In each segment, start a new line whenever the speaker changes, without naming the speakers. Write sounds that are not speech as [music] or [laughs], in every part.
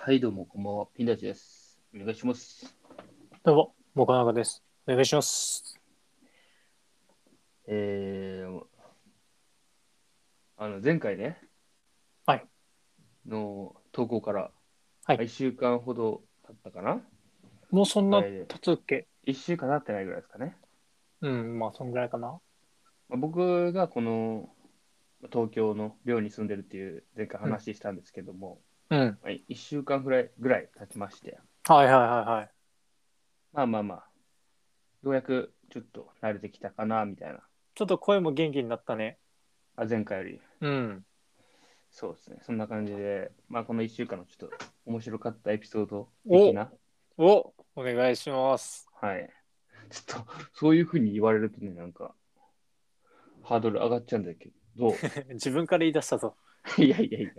はい、どうも、こんばんは。ピンダチです。お願いします。
どうも、もかなかです。お願いします。
えー、あの、前回ね、
はい。
の投稿から、
はい
1週間ほど経ったかな
もうそんな
はい
経つっけ、
?1 週間経ってないぐらいですかね。
うん、まあ、そんぐらいかな。
まあ、僕がこの東京の寮に住んでるっていう前回話したんですけども、
うん。
1週間ぐらいぐらい経ちまして、
はいはいはいはい。
まあまあまあ、ようやくちょっと慣れてきたかな、みたいな。
ちょっと声も元気になったね。
あ前回より。
うん。
そうですね、そんな感じで、まあ、この1週間のちょっと面白かったエピソード
お
的な、
おお願いします。 [laughs]
はい。ちょっと、そういうふうに言われるとね、なんか、ハードル上がっちゃうんだ [laughs] けど、
自分から言い出したぞ。
いやいやいや。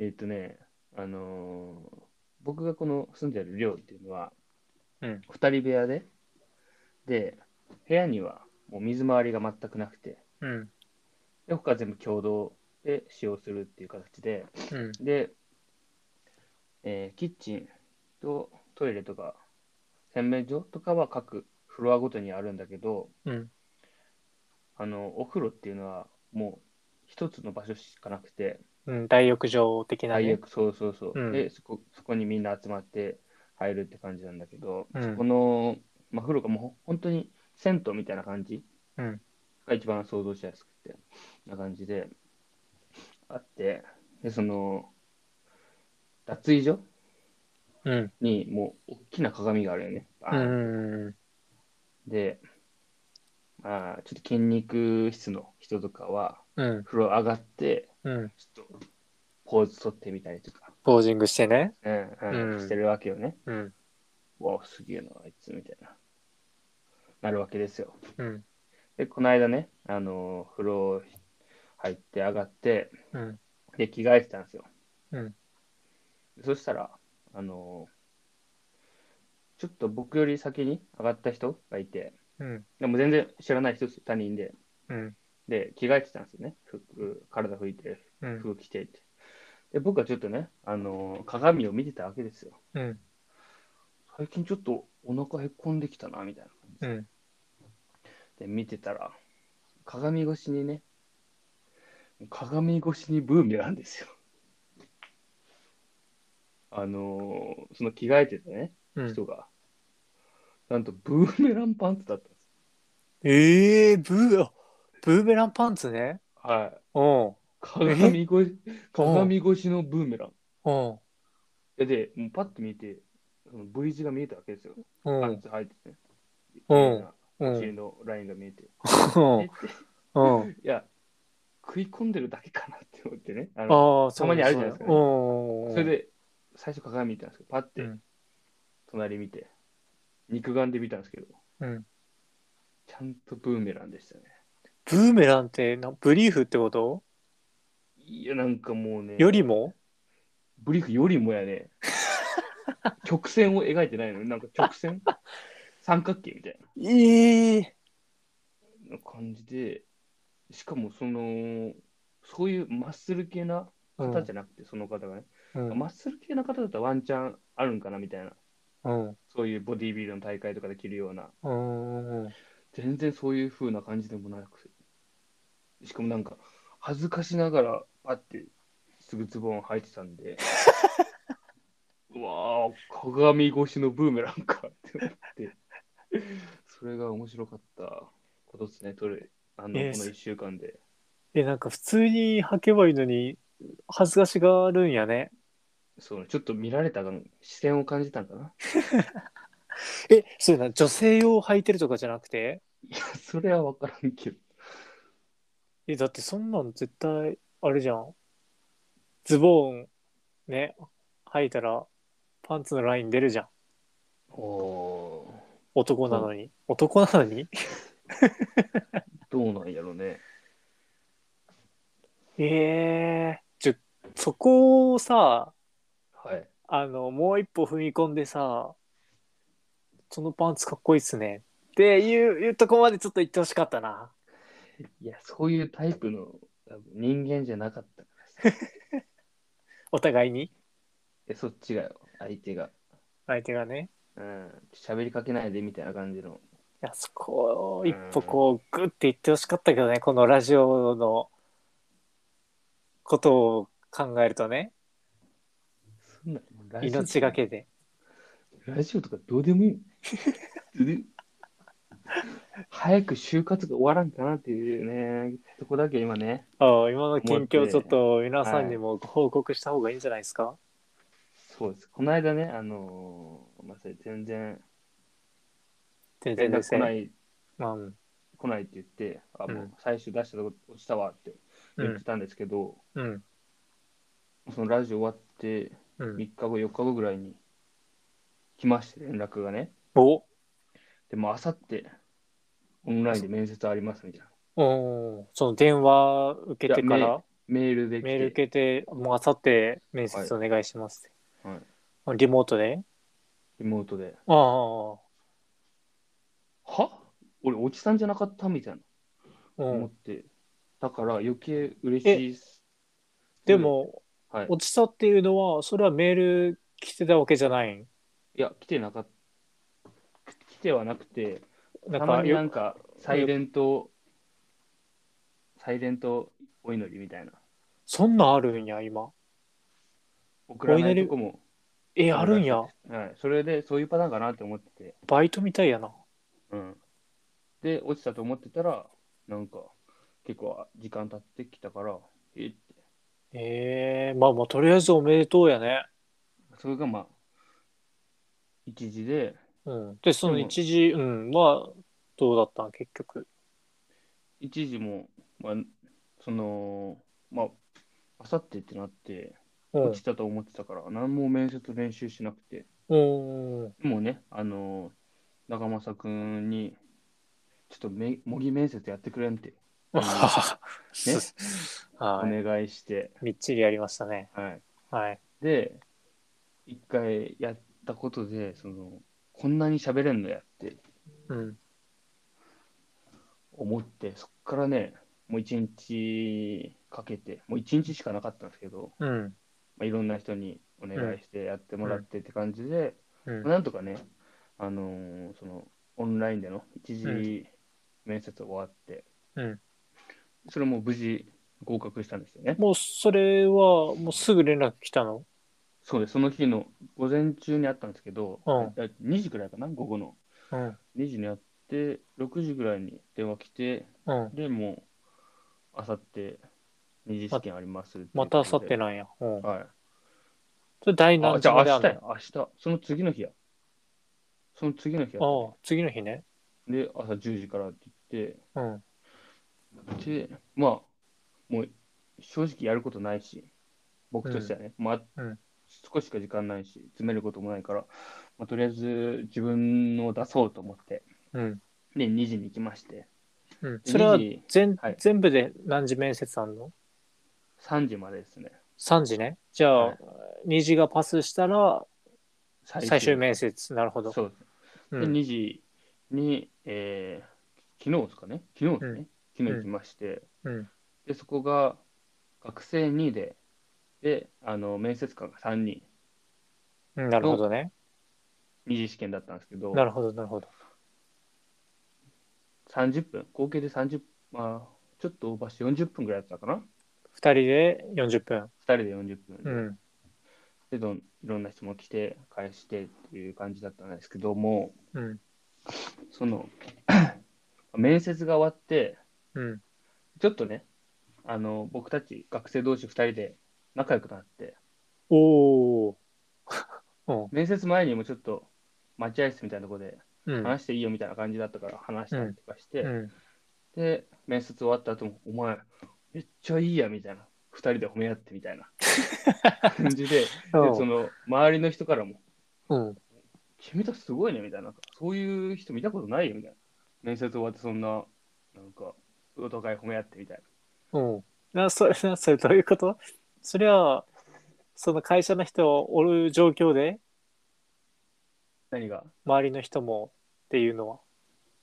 えーっ、とね、あのー僕がこの住んでる寮っていうのは、
うん
2人部屋で、で、部屋にはもう水回りが全くなくて、
うん。
で他は全部共同で使用するっていう形で、
うん。
で、えーキッチンとトイレとか洗面所とかは各フロアごとにあるんだけど
うん。
あのお風呂っていうのはもう一つの場所しかなくて
うん。大浴場的な、
大
ね。
浴そうそうそう、
うん
でそこそこにみんな集まって入るって感じなんだけど、
うん
そこの、まあ、風呂がもうほ本当に銭湯みたいな感じ
うん。
が一番想像しやすくてな感じであってでその脱衣所
うん。
にもう大きな鏡があるよね。バ
う
ーン
ん。
で、まあ、ちょっと筋肉質の人とかは、
うん。
風呂上がって、
うん。
ちょっとポーズ取ってみたりとか、
ポージングしてね。
うんうん
うん
してるわけよね。
うん。
わあ、すげえな、あいつみたいな。なるわけですよ。
うん。
で、この間ね、あのー風呂入って上がって、
うん。
で、着替えてたんですよ。
うん。
そしたら、あのーちょっと僕より先に上がった人がいて、
うん。
でも全然知らない人ですよ、他人で。
うん。
で、着替えてたんですよね。服、体拭いて、
うん。
服着てって。で、僕はちょっとね、あのー鏡を見てたわけですよ。
うん。
最近ちょっとお腹へこんできたな、みたいな感じ
うん。
で。で、見てたら、鏡越しにね、鏡越しにブーメランですよ。あのーその着替えてたね、
うん。
人が、なんとブーメランパンツだったんです。
ええー、ブー、あブーメランパンツね。
はい。
うん。
鏡越し、鏡越しのブーメラン。
う
で、
ん。
でもうパッと見て、その V 字が見えたわけですよ。
う
パン
ん。
ツ入ってて、ね。
うん。う
お尻
ん。
のラインが見えて。
うん
えって
うん。
いや、食い込んでるだけかなって思ってね。あの
ああ、
たまにあるじゃないですかね
そ
それで、最初鏡見たんですけど、パッて
うん
隣見て、肉眼で見たんですけど、
うん、
ちゃんとブーメランでしたね。
ブーメランってなブリーフってこと
いや、なんかもうね、
よりも
ブリーフよりもやね、曲線を描いてないのに、なんか直線三角形みたいな。
ええ
な感じで、しかもその、そういうマッスル系な方じゃなくて、その方がね、
うん
マッスル系な方だったらワンチャンあるんかなみたいな、
うん
そういうボディービルの大会とかで着るような、
うんうん
全然そういう風な感じでもなくて、しかもなんか、恥ずかしながら、パって、すぐズボン履いてたん
[laughs]
で、うわー、鏡越しのブーメランかって思って、それが面白かったことですね、トレあの、
えー
この
す
1週間で。
えなんか普通に履けばいいのに恥ずかしがるんやね
そうね、ちょっと見られたかも視線を感じたんかな。 [laughs]
えそういうの女性用履いてるとかじゃなくて
いや、それは分からんけど。
えだってそんなん絶対あれじゃんズボンね履いたらパンツのライン出るじゃん
お
男なのに、男なのに
どうなんやろね。
ええちょそこをさ
はい。
あの、もう一歩踏み込んでさ、そのパンツかっこいいっすね。っていう、いうとこまでちょっと言ってほしかったな。
いや、そういうタイプの多分人間じゃなかったからさ。
お互いに。
え、そっちがよ、相手が。
相手がね。
うん。喋りかけないでみたいな感じの。
いや、そこを一歩こう、グッて言ってほしかったけどね、このラジオのことを考えるとね、
そんなもうラジオ
命がけで。
ラジオとかどうでもいい。どうで早く就活が終わらんかなっていうね、とこだけ今ね。
ああ今の近況ちょっと皆さんにもご報告した方がいいんじゃないですか、
そうです。この間ね、あのーまあ、それ全然、
全
連
然
絡来な
ね。
い、
まあ、うん。
来ないって言って、あ、も
うん
う最終出したとこ落ちたわって
う
言って
ん。
たんですけど、
うん。
そのラジオ終わって、
う
3
ん、
日後、4日後ぐらいに来まして、連絡がね。
お
でも、あさって、オンラインで面接ありますみたいな。
おーその電話受けてか
いや
ら、
メールで来て。
メール受けて、もうあさって面接お願いします、
はい、
リモートで
リモートで。
ああ、
は俺、おじさんじゃなかったみたいな
う
思っ
ん。
て。だから、余計嬉しいっす。
でも、
はい。
落ちたっていうのは、それはメール来てたわけじゃないん
いや、来てなかった。来てはなくて、
なん
たま
か、
にな
よ
んか、サイレント、サイレントお祈りみたいな。
そんなんあるんや、今。
送らないとこも。
え、あるんや。
はい。それで、そういうパターンかなって思ってて。
バイトみたいやな。
うん。で、落ちたと思ってたら、なんか、結構時間経ってきたから、えって。
ええまあまあ、とりあえずおめでとうやね。
それがまあ、一時で、
うん。で、その
でも
一時、うん、は、どうだったん結局。
一時も、まあ、その、まあ、あさってってなって、
う
落ちたと思ってたから、何も面接練習しなくて、
ん。うん。
もうね、あのー、中政くんに、ちょっとめ模擬面接やってくれんって
[laughs]
お
はい。
願いして、
みっちりやりましたね。
はい。
はい。
で、一回やったことで、その、こんなに喋れんのやって
うん。
思って、そっからね、もう一日かけて、もう一日しかなかったんですけど、
うん。
まあ、いろんな人にお願いしてやってもらってって感じで、
うん。
なんとかね、あのーそのオンラインでの一時面接終わって、
うん
それも無事合格したんですよね。
もう、それは、もうすぐ連絡来たの
そうです、その日の午前中にあったんですけど、
うん
だ2時くらいかな、午後の。
うん。
2時にあって、6時くらいに電話来て、
うん。
でもう、あさって二次試験あります
またあさって
な。
なんや。うん。
はい
それ第
あ
何
じ
時
ゃあ
まで
明
あん
日
の
や、明日。その次の日や。その次の日や。
ああ、次の日ね。
で、朝10時からって言
うん。
って、で、まあ、もう正直やることないし、僕としてはね、まあ、
うん
少ししか時間ないし、詰めることもないから、まあ、とりあえず自分のを出そうと思って、
うん。
で、2時に行きまして、
うん、
で
それは
2時、
全
はい
全部で何時面接あんの
3時までですね。
?3 時ね。じゃあ、
はい
2時がパスしたら
最
最終面接。なるほど。
そう
う
で、
ん
2時に、えー、昨日ですかね、昨日ですね、昨日行きまして、
うん
で、そこが学生2で、で、あの、面接官が3人、
うんなるほどね。
二次試験だったんですけど、
なるほど、なるほど。
30分、合計で30、まあ、ちょっとオーバーして40分ぐらいだったかな。
2人で40分。
2人で40分
う
で、
ん。
でどん、いろんな質問来て、返してっていう感じだったんですけども、
うん。
その、 [clears throat] 面接が終わって、
うん。
ちょっとね、あの、僕たち学生同士2人で仲良くなって、
おお。
面接前にもちょっと待合室みたいなとこで
うん。うん。
話していいよみたいな感じだったから話したりとかして、
うん。
で、面接終わった後も、お前、めっちゃいいや、みたいな。二人で褒め合ってみたいな感じ
[laughs]
で、でその、周りの人からも、
うん。
君たちすごいね、みたいな。そういう人見たことないよ、みたいな。面接終わってそんな、なんか、お互い褒め合ってみたい
うん。な、それ、 [laughs] な、それどういうことそれは、その会社の人おる状況で、
な。何が
周りの人もっていうのは。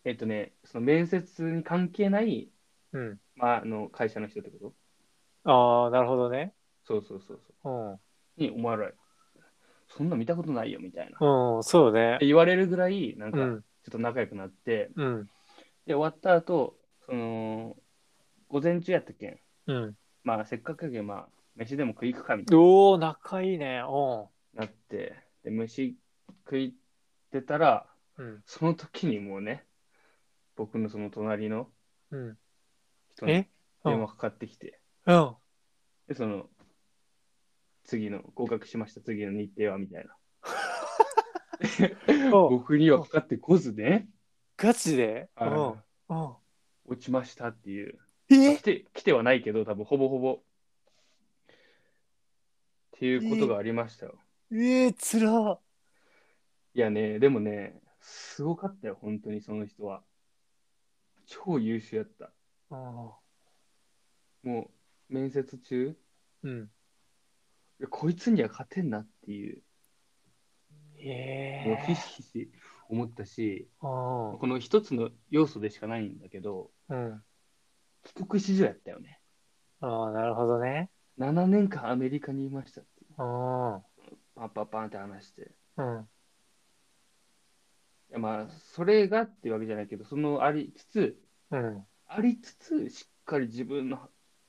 えっとね、その面接に関係ない、
うん。
まあ、あの、会社の人ってこと
ああ、なるほどね。
そうそうそうそ
うん。
う。に、お前ら、そんな見たことないよみたいな。
うん、そうね。
言われるぐらい、なんか
う
ちょ
ん、
っと仲良くなって、
うん、
で、終わった後、その、午前中やったけん、
うん。
まあせっかくやけん、まあ飯でも食い行くかみたい
おお仲いいね。お
になって、で、飯食いってたら、
うん、
その時にもうね、僕のその隣の
うん、
人
うん。
に
え
電話かかってきて、
うん。
で、その、次の、合格しました、次の日程は、みたいな。
お
僕にはかかってこずね、
ガチで
あの
うん、うん。
落ちましたっていう。
え
来て、来てはないけど、多分ほぼほぼ。っていうことがありましたよ。
えー、つら。
いやね、でもね、すごかったよ、本当にその人は。超優秀やった。
うん
もう、面接中、
うん。
いやこいつには勝てんなっていう、もう
え
ひ
え
しひし思ったし、
ー。
この一つの要素でしかないんだけど、
うん。うん。
帰国子女やったよね。
ああ、なるほどね。
7年間アメリカにいましたっていう。
うん。
パンパンパンって話して。い
うん。
やまあ、それがっていうわけじゃないけど、そのありつつ、
うん。
ありつつ、しっかり自分の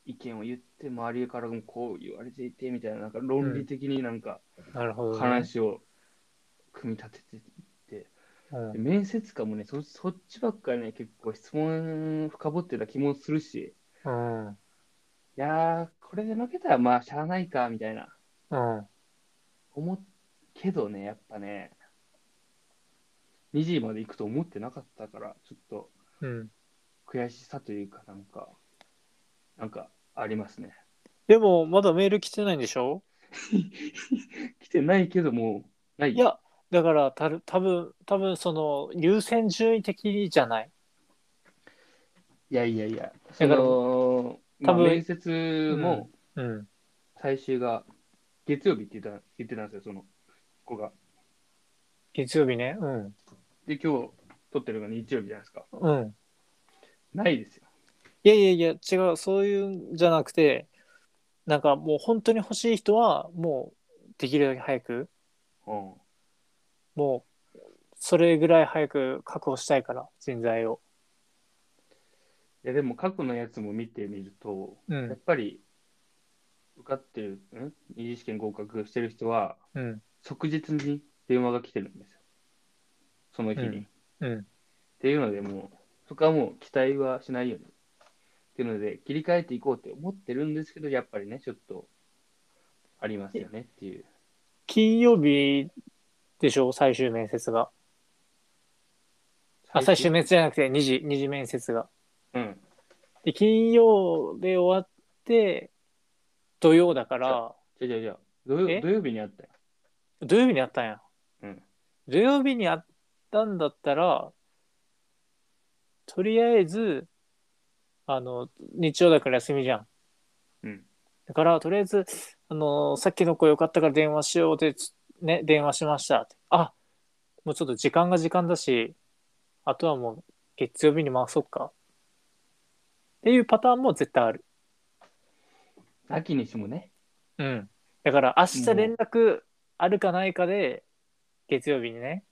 意見を言って、周りからもこう言われていて、みたいな、なんか論理的になんか
なるほど、ね。
話を組み立てて、
うん
で。面接官もねそ、そっちばっかりね、結構質問深掘ってた気もするし、
うん。
いやー、これで負けたらまあ、しゃあないか、みたいな、
うん。
思っけどね、やっぱね、2時まで行くと思ってなかったから、ちょっと
うん。
悔しさというか、なんか、なんかありますね。
でも、まだメール来てないんでしょ
来てないけどもう、ない。
いや、だから、たる多分多分その、優先順位的じゃない。
いやいやいや、
だか
そ
ら
の、まあ、
多分
面接も
うん。
最終が月曜日って言った言ってたんですよ、その子が。
月曜日ね。うん。
で、今日撮ってるのが日曜日じゃないですか。
うん。
ないですよ。
いやいやいや、違う、そういうんじゃなくて、なんかもう本当に欲しい人は、もう、できるだけ早く、
うん、
もう、それぐらい早く確保したいから、人材を。
いやでも過去のやつも見てみると、
う
やっ
ん。
ぱり受かってる、ん二次試験合格してる人は、
うん。
即日に電話が来てるんですよ。その日に。
う
っ
んうん。
ていうので、もう、そこはもう期待はしないように。っていうので、切り替えていこうって思ってるんですけど、やっぱりね、ちょっと、ありますよねっていう。
金曜日でしょ、最終面接が。あ、最終面接じゃなくて、二次、二次面接が。
うん。
で金曜で終わって土曜だから
じゃあじゃあじゃあ土曜
え
土曜日にあったよ。
土曜日にあったんや
うん。
土曜日にあったんだったらとりあえずあの日曜だから休みじゃん
うん。
だからとりあえずあのさっきの子よかったから電話しようってつね電話しましたってあもうちょっと時間が時間だしあとはもう月曜日に回そうかっていうパターンも絶対ある
秋にしもね。
うん。だから明日連絡あるかないかで、月曜日にね。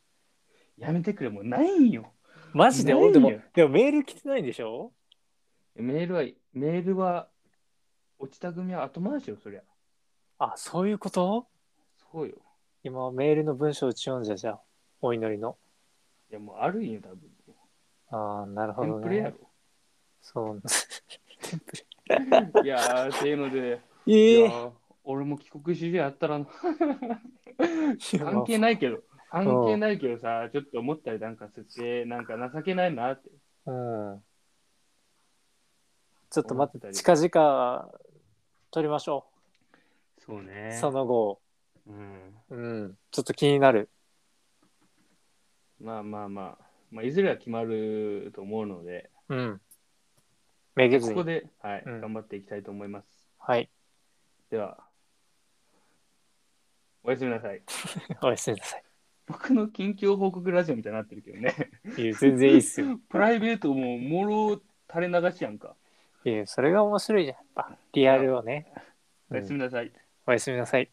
やめてくれ、もうないんよ。
マジで
ないよ
でも、でもメール来てないんでしょ
メールは、メールは、落ちた組は後回しよ、そりゃ。
あ、そういうこと
そうよ。
今メールの文章を打ち読んじゃじゃあお祈りの。
いや、もうあるんよ、多分。
ああ、なる
テ
ほど
ンプレや
ね。
ろ。
そう。テンプ
いやー、っていうので、い
レ。
や
ええ
ー俺も帰国子女やったらな [laughs]
ー。
関係
い。
ないけど、関係ないけどさ、ちょっと思ったりなんかして、なんか情けないなって。
うん。ちょっと待って、
思って
近々取りましょ
そう
う。
ね
その後。
うん。
うん。ちょっと気になる。
まあまあまあ、まあ、いずれは決まると思うので、
うん。めげず
こ
に。
こで、はい、
うん
頑張っていきたいと思います。
はい。
では、おやすみなさい。
おやすみなさい。
僕の近況報告ラジオみたいになってるけどね。
いや全然いいっすよ。
[laughs] プライベートももろ垂れ流しやんか。
いや、それが面白いじゃん。やっぱ、リアルをね。
おやすみなさい。
おやすみなさい。